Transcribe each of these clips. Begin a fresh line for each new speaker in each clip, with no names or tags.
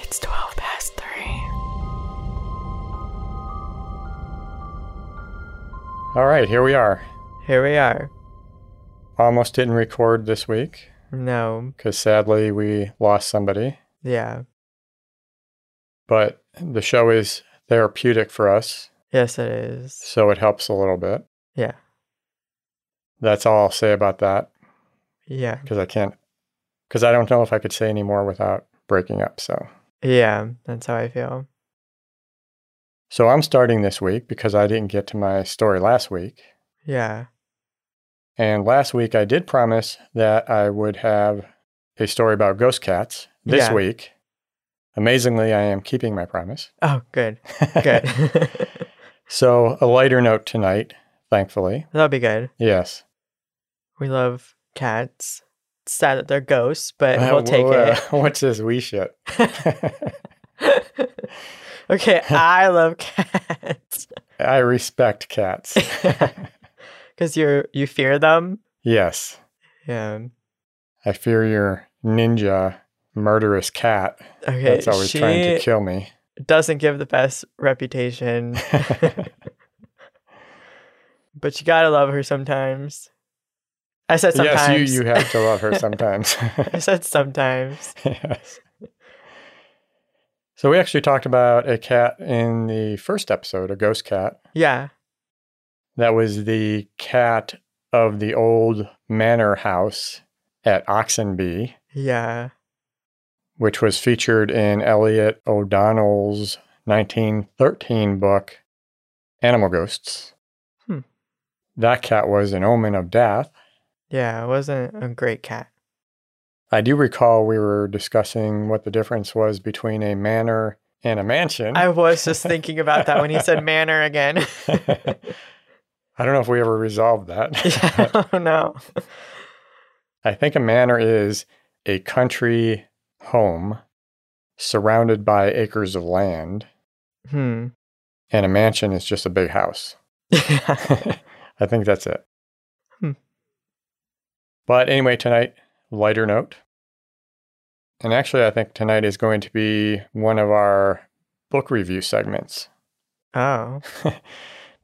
It's 12 past 3.
All right, here we are.
Here we are.
Almost didn't record this week
No.
because sadly we lost somebody,
Yeah.
but the show is therapeutic for us,
Yes, it is.
so it helps a little bit.
Yeah.
That's all I'll say about that
Yeah.
because I can't, because I don't know if I could say any more without breaking up. So,
Yeah. That's how I feel.
so I'm starting this week because I didn't get to my story last week.
Yeah.
And last week I did promise that I would have a story about ghost cats. This
Yeah.
week, amazingly, I am keeping my promise.
Oh, good. Good.
so, a lighter note tonight, thankfully.
That'll be good.
Yes.
We love cats. It's sad that they're ghosts, but
Uh,
we'll take
wha-
it.
What's this we shit?
okay. I love cats.
I respect cats.
Because you you fear them.
yes.
Yeah.
I fear your ninja murderous cat
Okay.
that's always
she
trying to kill me.
doesn't give the best reputation, but you gotta love her sometimes. I said sometimes.
Yes, you, you have to love her sometimes.
I said sometimes.
yes. So we actually talked about a cat in the first episode, a ghost cat.
Yeah.
That was the cat of the old manor house at Oxenby,
Yeah.
which was featured in Elliot O'Donnell's 1913 book, Animal Ghosts.
Hmm.
That cat was an omen of death.
Yeah. It wasn't a great cat.
I do recall we were discussing what the difference was between a manor and a mansion.
I was just thinking about that when he said manor again.
I don't know if we ever resolved that.
yeah. Oh, no.
I think a manor is a country home surrounded by acres of land,
Hmm.
and a mansion is just a big house. I think that's it.
Hmm.
But anyway, tonight, lighter note. And actually, I think tonight is going to be one of our book review segments.
oh.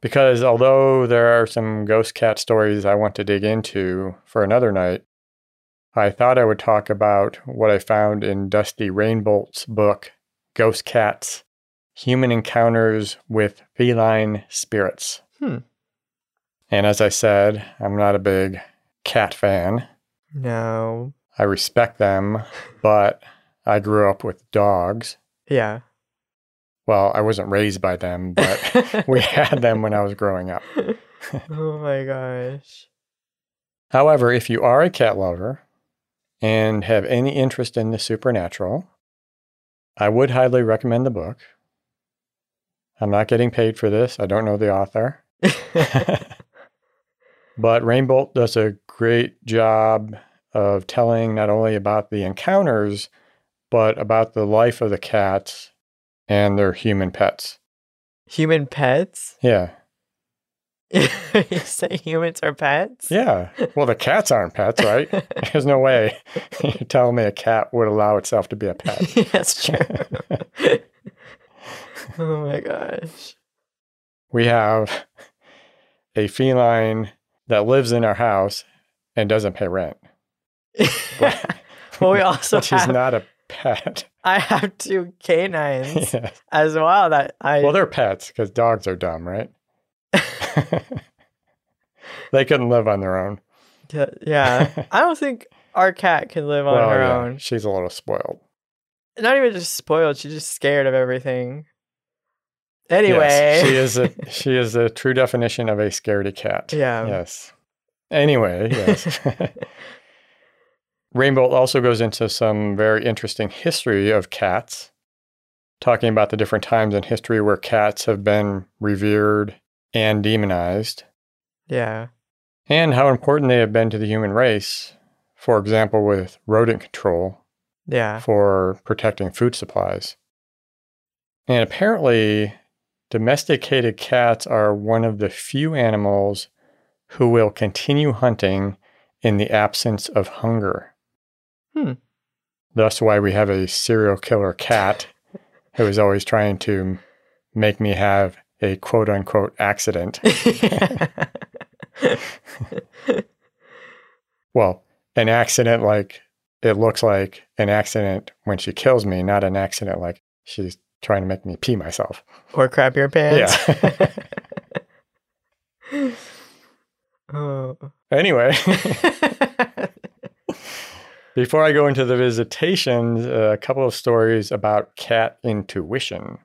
because although there are some ghost cat stories I want to dig into for another night, I thought I would talk about what I found in Dusty Rainbolt's book, Ghost Cats Human Encounters with Feline Spirits.
Hmm.
And as I said, I'm not a big cat fan.
No.
I respect them, but I grew up with dogs.
Yeah.
Well, I wasn't raised by them, but we had them when I was growing up.
oh my gosh.
However, if you are a cat lover and have any interest in the supernatural, I would highly recommend the book. I'm not getting paid for this. I don't know the author. but Rainbolt does a great job of telling not only about the encounters, but about the life of the cats and their human pets.
Human pets?
Yeah.
you say humans are pets?
Yeah. Well, the cats aren't pets, right? There's no way you're telling me a cat would allow itself to be a pet.
That's true. oh my gosh.
we have a feline that lives in our house and doesn't pay rent.
well, we also
She's
have,
not a pet.
I have two canines
Yeah.
as well that I
Well, they're pets because dogs are dumb, right? they couldn't live on their own.
d- yeah. I don't think our cat can live on
well,
her
yeah,
own.
she's a little spoiled.
Not even just spoiled, she's just scared of everything. Anyway,
Yes, she is a she is a true definition of a scaredy cat.
Yeah.
Yes. Anyway, yes. Rainbolt also goes into some very interesting history of cats, talking about the different times in history where cats have been revered and demonized,
yeah.
and how important they have been to the human race. For example, with rodent control
Yeah.
for protecting food supplies. And apparently, domesticated cats are one of the few animals who will continue hunting in the absence of hunger.
Hmm.
That's why we have a serial killer cat who is always trying to make me have a quote unquote accident. Well, an accident like it looks like an accident when she kills me, not an accident like she's trying to make me pee myself.
or crap your pants.
Yeah.
oh.
Anyway, before I go into the visitations, uh, a couple of stories about cat intuition.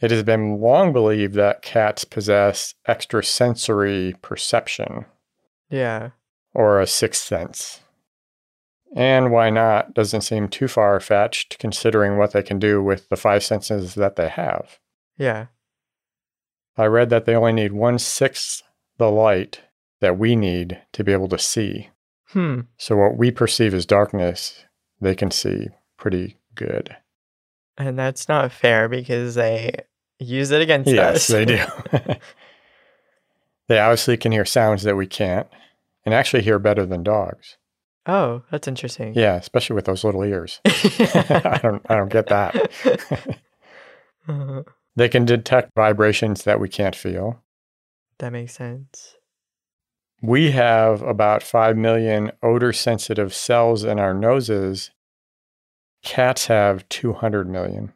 It has been long believed that cats possess extrasensory perception.
yeah.
or a sixth sense. And why not doesn't seem too far fetched considering what they can do with the five senses that they have.
Yeah.
I read that they only need one sixth the light that we need to be able to see.
Hmm.
So, what we perceive as darkness, they can see pretty good.
And that's not fair because they use it against us.
Yes, they do. they obviously can hear sounds that we can't and actually hear better than dogs.
Oh, that's interesting.
Yeah, especially with those little ears. I don't I don't get that.
Uh,
They can detect vibrations that we can't feel.
that makes sense.
We have about 5 million odor sensitive cells in our noses. Cats have 200 million.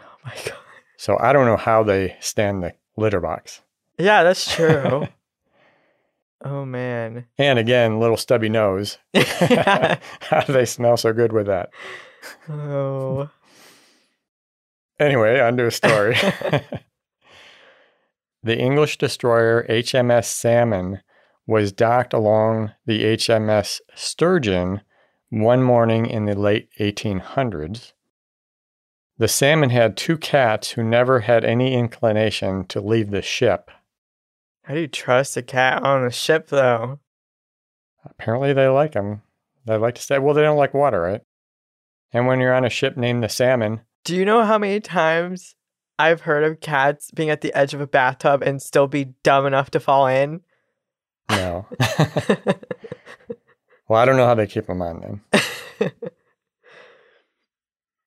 Oh my god.
So I don't know how they stand the litter box.
Yeah, that's true. oh man.
And again, little stubby nose. how do they smell so good with that?
oh.
Anyway, on to a story. the English destroyer HMS Salmon was docked along the HMS Sturgeon one morning in the late 1800s. The salmon had two cats who never had any inclination to leave the ship.
How do you trust a cat on a ship though?
Apparently, they like them. They like to stay. Well, they don't like water, right? And when you're on a ship named the Salmon,
Do you know how many times I've heard of cats being at the edge of a bathtub and still be dumb enough to fall in?
no. well, I don't know how they keep them on then.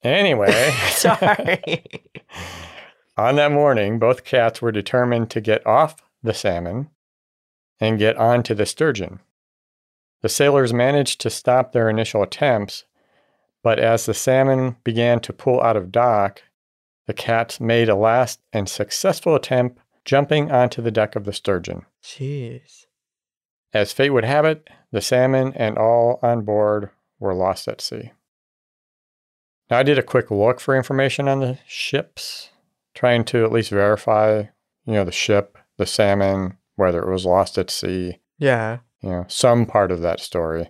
Anyway,
Sorry.
on that morning, both cats were determined to get off the salmon and get onto the sturgeon. The sailors managed to stop their initial attempts, but as the salmon began to pull out of dock, the cats made a last and successful attempt jumping onto the deck of the sturgeon.
Jeez.
As fate would have it, the salmon and all on board were lost at sea. Now, I did a quick look for information on the ships, trying to at least verify, you know, the ship, the salmon, whether it was lost at sea,
Yeah.
you know, some part of that story.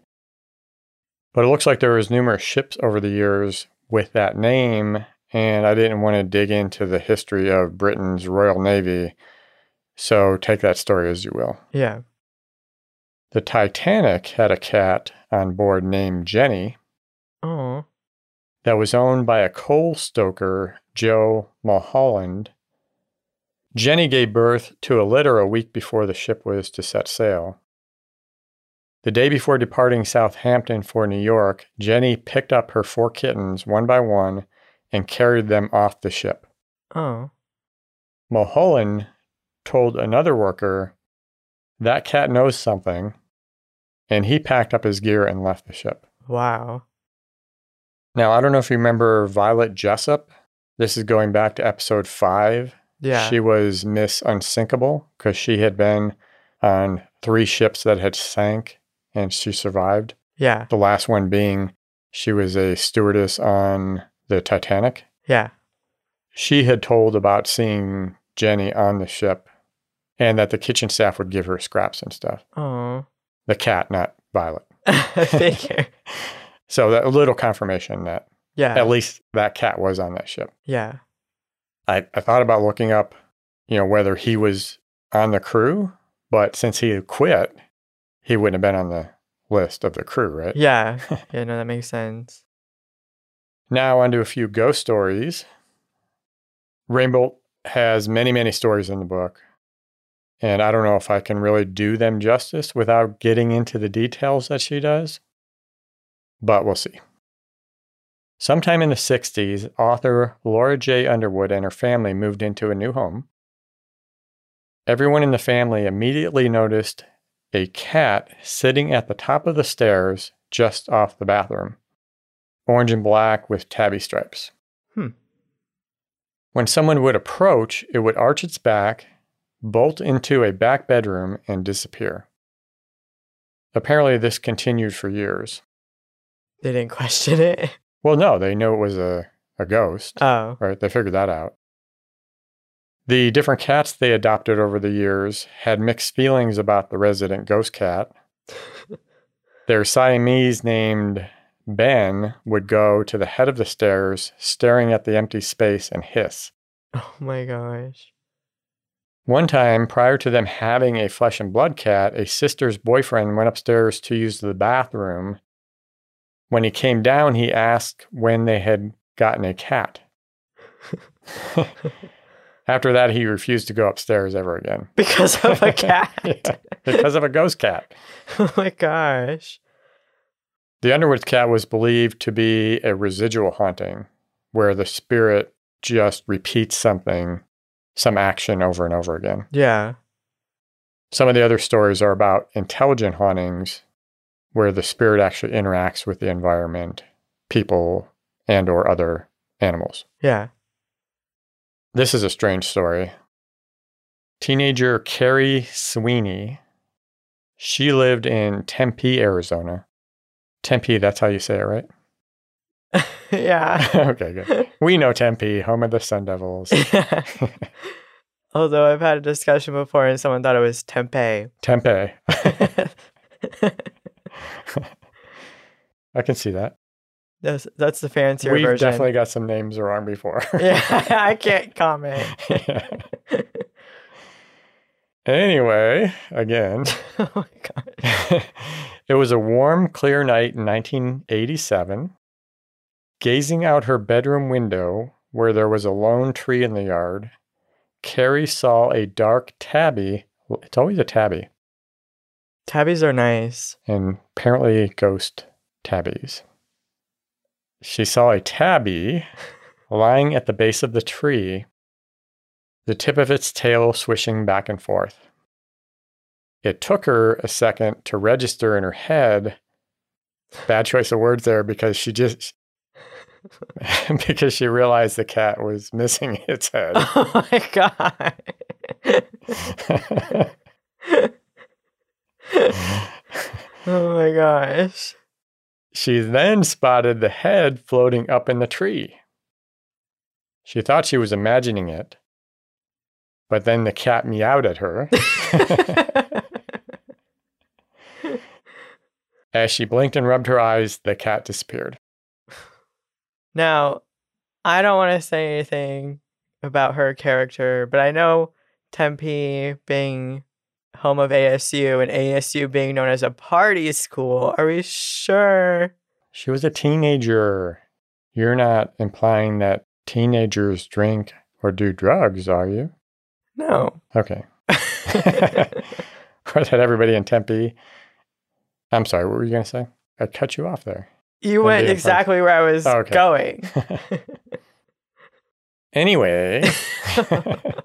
But it looks like there was numerous ships over the years with that name, and I didn't want to dig into the history of Britain's Royal Navy. So take that story as you will.
Yeah.
The Titanic had a cat on board named Jenny
Oh.
that was owned by a coal stoker, Joe Mulholland. Jenny gave birth to a litter a week before the ship was to set sail. The day before departing Southampton for New York, Jenny picked up her four kittens one by one and carried them off the ship.
Oh.
Mulholland told another worker, That cat knows something. And he packed up his gear and left the ship.
Wow.
Now, I don't know if you remember Violet Jessup. This is going back to episode five.
Yeah.
She was Miss Unsinkable because she had been on three ships that had sank and she survived.
yeah.
The last one being she was a stewardess on the Titanic.
Yeah.
she had told about seeing Jenny on the ship and that the kitchen staff would give her scraps and stuff.
Oh.
The cat, not Violet.
Figure.
So that little confirmation that at
Yeah.
least that cat was on that ship.
Yeah.
I, I thought about looking up, you know, whether he was on the crew, but since he had quit, he wouldn't have been on the list of the crew, right?
Yeah. Yeah. No, that makes sense.
Now, onto a few ghost stories. Rainbolt has many, many stories in the book. And I don't know if I can really do them justice without getting into the details that she does, but we'll see. Sometime in the 60s, author Laura J. Underwood and her family moved into a new home. Everyone in the family immediately noticed a cat sitting at the top of the stairs just off the bathroom, orange and black with tabby stripes.
Hmm.
When someone would approach, it would arch its back, bolt into a back bedroom, and disappear. Apparently, this continued for years.
They didn't question it.
Well, no, they knew it was a, a ghost,
Oh,
right? They figured that out. The different cats they adopted over the years had mixed feelings about the resident ghost cat. Their Siamese named Ben would go to the head of the stairs, staring at the empty space, and hiss.
oh my gosh.
One time, prior to them having a flesh and blood cat, a sister's boyfriend went upstairs to use the bathroom. When he came down, he asked when they had gotten a cat. After that, he refused to go upstairs ever again
Because of a cat.
because of a ghost cat.
oh my gosh.
The Underwood cat was believed to be a residual haunting where the spirit just repeats something, some action over and over again.
Yeah.
Some of the other stories are about intelligent hauntings where the spirit actually interacts with the environment, people, and or other animals.
Yeah.
This is a strange story. Teenager Carrie Sweeney, she lived in Tempe, Arizona. Tempe, that's how you say it, right?
yeah.
okay, good. We know Tempe, home of the Sun Devils.
Although I've had a discussion before and someone thought it was tempeh.
Tempe. I can see that.
that's, that's the fancier
We've
version.
definitely got some names wrong before.
yeah, I can't comment.
anyway, again,
oh my god.
it was a warm, clear night in 1987. Gazing out her bedroom window, where there was a lone tree in the yard, Carrie saw a dark tabby. It's always a tabby,
Tabbies are nice.
and apparently ghost tabbies. She saw a tabby lying at the base of the tree, the tip of its tail swishing back and forth. It took her a second to register in her head. Bad choice of words there because she just because she realized the cat was missing its head.
Oh my god. oh my gosh.
She then spotted the head floating up in the tree. She thought she was imagining it, but then the cat meowed at her. As she blinked and rubbed her eyes, the cat disappeared.
now, I don't want to say anything about her character, but I know Tempe being home of ASU and ASU being known as a party school. Are we sure?
She was a teenager. You're not implying that teenagers drink or do drugs, are you?
No.
Okay. or that everybody in Tempe. I'm sorry, what were you going to say? I cut you off there.
you
I'm
went
being
exactly where I was
Oh, okay.
going.
Anyway,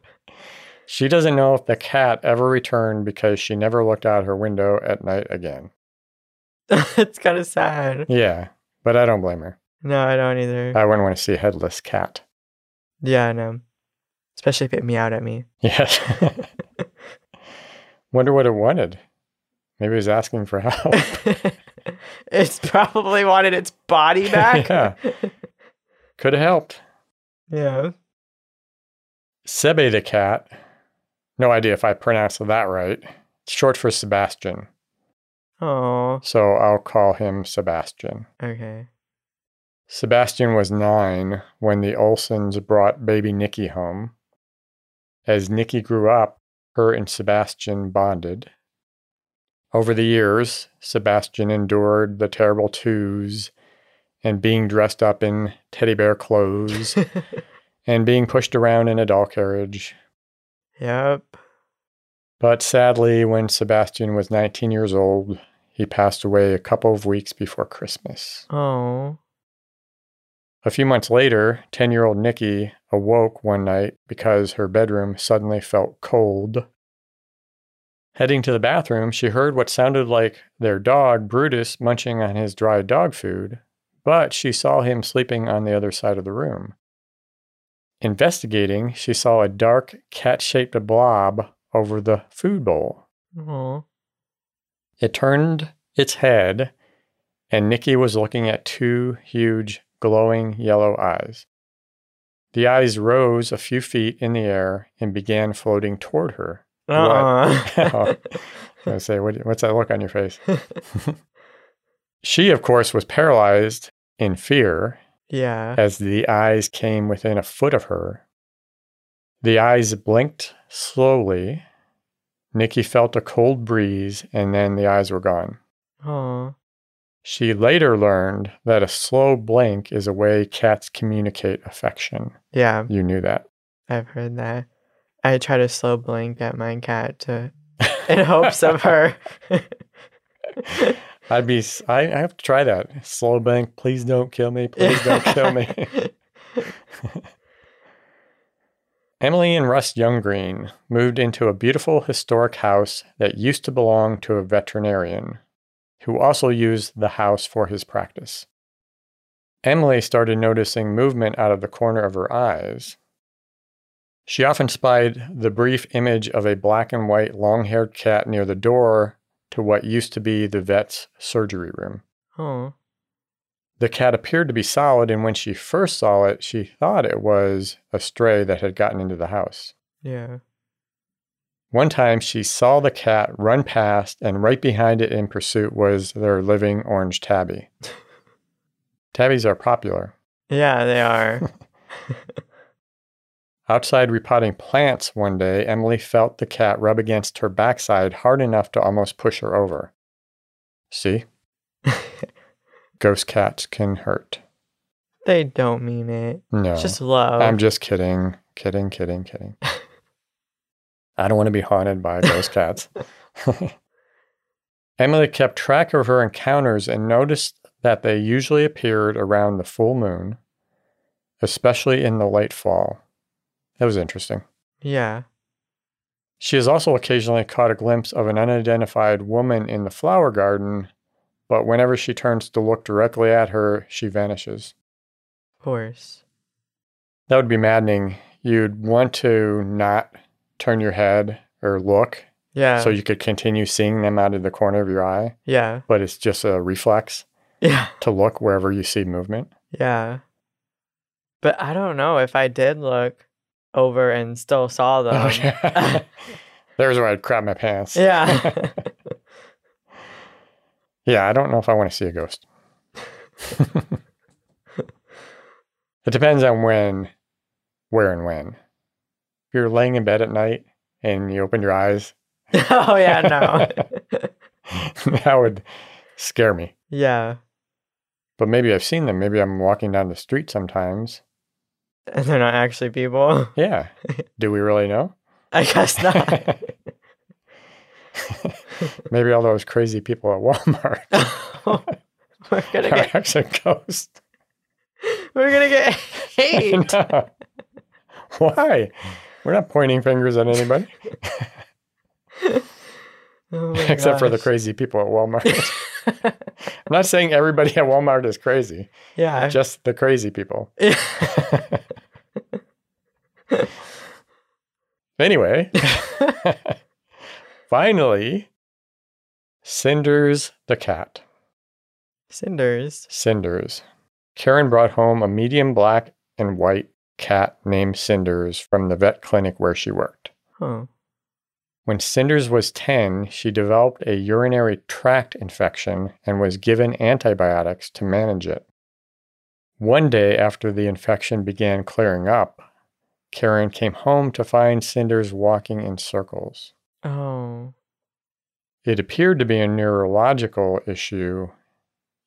she doesn't know if the cat ever returned because she never looked out her window at night again.
it's kind of sad.
Yeah, but I don't blame her.
No, I don't either.
I wouldn't want to see a headless cat.
yeah, I know. Especially if it meowed at me.
Yes. Wonder what it wanted. Maybe it was asking for help.
it's probably wanted its body back.
Yeah. Could have helped.
Yeah.
Sebe the cat. No idea if I pronounced that right. It's short for Sebastian.
Oh,
So I'll call him Sebastian.
okay.
Sebastian was nine when the Olsons brought baby Nikki home. As Nikki grew up, her and Sebastian bonded. Over the years, Sebastian endured the terrible twos and being dressed up in teddy bear clothes and being pushed around in a doll carriage.
yep.
But sadly, when Sebastian was 19 years old, he passed away a couple of weeks before Christmas.
Oh.
A few months later, 10 year old Nikki awoke one night because her bedroom suddenly felt cold. Heading to the bathroom, she heard what sounded like their dog, Brutus, munching on his dry dog food, but she saw him sleeping on the other side of the room. Investigating, she saw a dark, cat shaped blob over the food bowl.
Oh.
It turned its head, and Nikki was looking at two huge, glowing yellow eyes. The eyes rose a few feet in the air and began floating toward her.
Uh-uh.
I say, what, what's that look on your face? She, of course, was paralyzed in fear
yeah.
as the eyes came within a foot of her. The eyes blinked slowly. Nikki felt a cold breeze, and then the eyes were gone.
Oh.
She later learned that a slow blink is a way cats communicate affection.
Yeah,
You knew that.
I've heard that. I try to slow blink at my cat to in hopes of her.
I'd be. s- I, I have to try that slow blink. Please don't kill me. Please don't kill me. Emily and Russ Younggreen moved into a beautiful historic house that used to belong to a veterinarian who also used the house for his practice. Emily started noticing movement out of the corner of her eyes. She often spied the brief image of a black and white long haired cat near the door to what used to be the vet's surgery room.
Oh.
The cat appeared to be solid, and when she first saw it, she thought it was a stray that had gotten into the house.
Yeah.
One time she saw the cat run past, and right behind it in pursuit was their living orange tabby. Tabbies are popular.
Yeah, they are.
Outside repotting plants one day, Emily felt the cat rub against her backside hard enough to almost push her over. See? Ghost cats can hurt.
they don't mean it.
No.
It's just love.
I'm just kidding. Kidding, kidding, kidding. I don't want to be haunted by ghost cats. Emily kept track of her encounters and noticed that they usually appeared around the full moon, especially in the late fall. That was interesting.
yeah.
She has also occasionally caught a glimpse of an unidentified woman in the flower garden, but whenever she turns to look directly at her, she vanishes.
Of course.
That would be maddening. You'd want to not turn your head or look
Yeah.
so you could continue seeing them out of the corner of your eye,
yeah.
but it's just a reflex
Yeah.
to look wherever you see movement.
Yeah. But I don't know if I did look over and still saw them.
Oh, yeah. There's where I'd crap my pants.
Um, Yeah.
Yeah, I don't know if I want to see a ghost. it depends on when, where, and when. If you're laying in bed at night and you open your eyes,
oh yeah, no.
that would scare me.
yeah.
But maybe I've seen them. Maybe I'm walking down the street sometimes.
And they're not actually people.
Yeah. Do we really know?
I guess not.
Maybe all those crazy people at Walmart
we're gonna
are
get
actually ghosts.
we're gonna get hate.
No. Why? We're not pointing fingers at anybody
Oh my
except for the
gosh.
crazy people at Walmart. I'm not saying everybody at Walmart is crazy,
Yeah.
just the crazy people. Anyway, finally, Cinders the cat.
Cinders.
Cinders. Karen brought home a medium black and white cat named Cinders from the vet clinic where she worked.
Oh.
When Cinders was 10, she developed a urinary tract infection and was given antibiotics to manage it. One day after the infection began clearing up, Karen came home to find Cinders walking in circles.
Oh.
It appeared to be a neurological issue,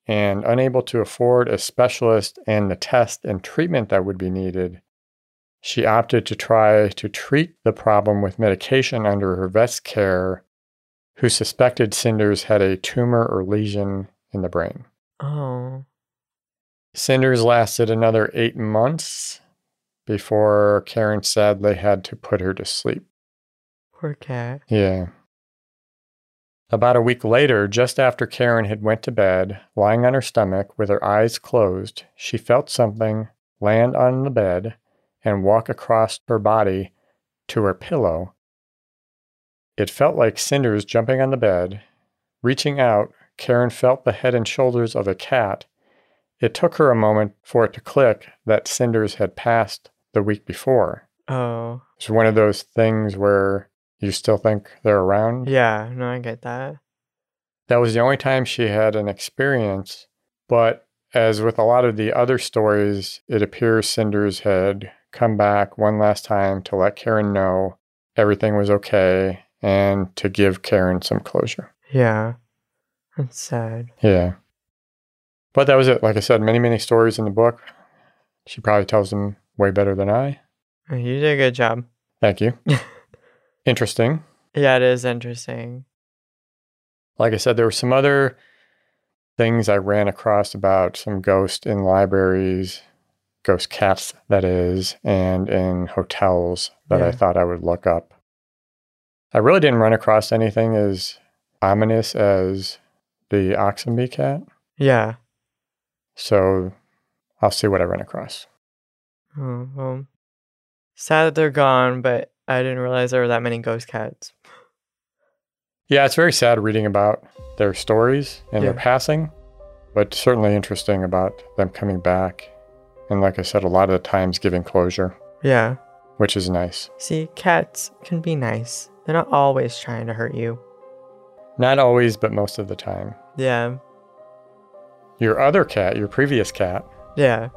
and unable to afford a specialist and the test and treatment that would be needed, she opted to try to treat the problem with medication under her vet's care, who suspected Cinders had a tumor or lesion in the brain.
Oh.
Cinders lasted another eight months before Karen sadly had to put her to sleep.
Poor cat.
Yeah. About a week later, just after Karen had went to bed, lying on her stomach with her eyes closed, she felt something land on the bed and walk across her body to her pillow. It felt like cinders jumping on the bed. Reaching out, Karen felt the head and shoulders of a cat. It took her a moment for it to click that cinders had passed the week before.
Oh.
It's one of those things where you still think they're around.
Yeah, no, I get that.
That was the only time she had an experience, but as with a lot of the other stories, it appears Cinders had come back one last time to let Karen know everything was okay and to give Karen some closure.
Yeah. That's sad.
Yeah. But that was it. Like I said, many, many stories in the book. She probably tells them way better than I.
Oh, You did a good job.
Thank you. Interesting.
Yeah, it is interesting.
Like I said, there were some other things I ran across about some ghosts in libraries, ghost cats, that is, and in hotels that I
Yeah.
thought I would look up. I really didn't run across anything as ominous as the Oxenby cat,
Yeah.
so I'll see what I run across.
Oh, well. Sad that they're gone, but I didn't realize there were that many ghost cats.
Yeah, it's very sad reading about their stories and their
Yeah.
passing, but certainly interesting about them coming back. And like I said, a lot of the times giving closure,
Yeah.
which is nice.
See, cats can be nice. They're not always trying to hurt you.
Not always, but most of the time.
Yeah.
Your other cat, your previous cat,
Yeah.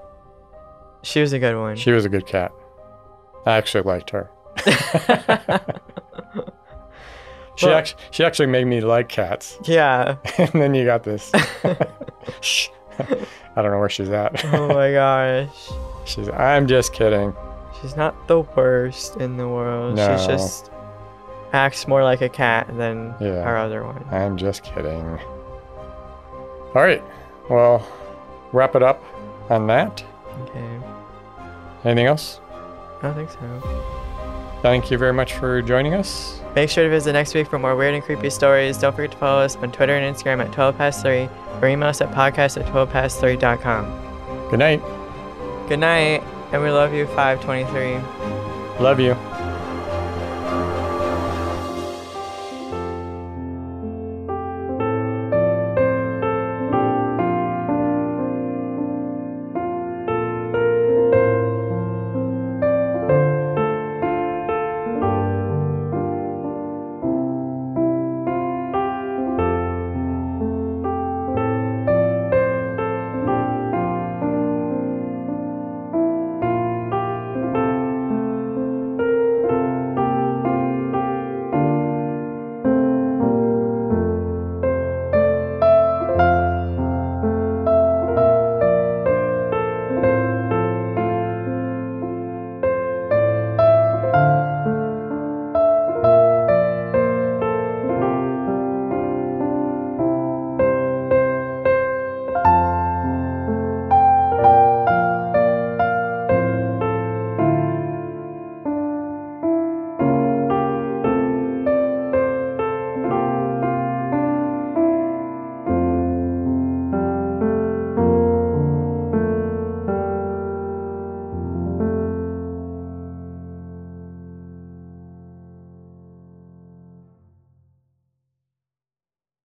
She was a good one.
she was a good cat. I actually liked her. She,
Well-
act- she actually made me like cats.
yeah.
and then you got this. Shh. I don't know where she's at.
Oh my gosh.
she's, I'm just kidding.
She's not the worst in the world. She's
No.
just acts more like a cat than
Yeah.
our other one.
I'm just kidding. All right. Well, wrap it up on that.
Okay.
Anything else?
I don't think so.
Thank you very much for joining us.
Make sure to visit next week for more weird and creepy stories. Don't forget to follow us on Twitter and Instagram at 12 past 3 or email us at podcast at 12 past 3.com.
Good night.
Good night, and we love you, 523.
Love you.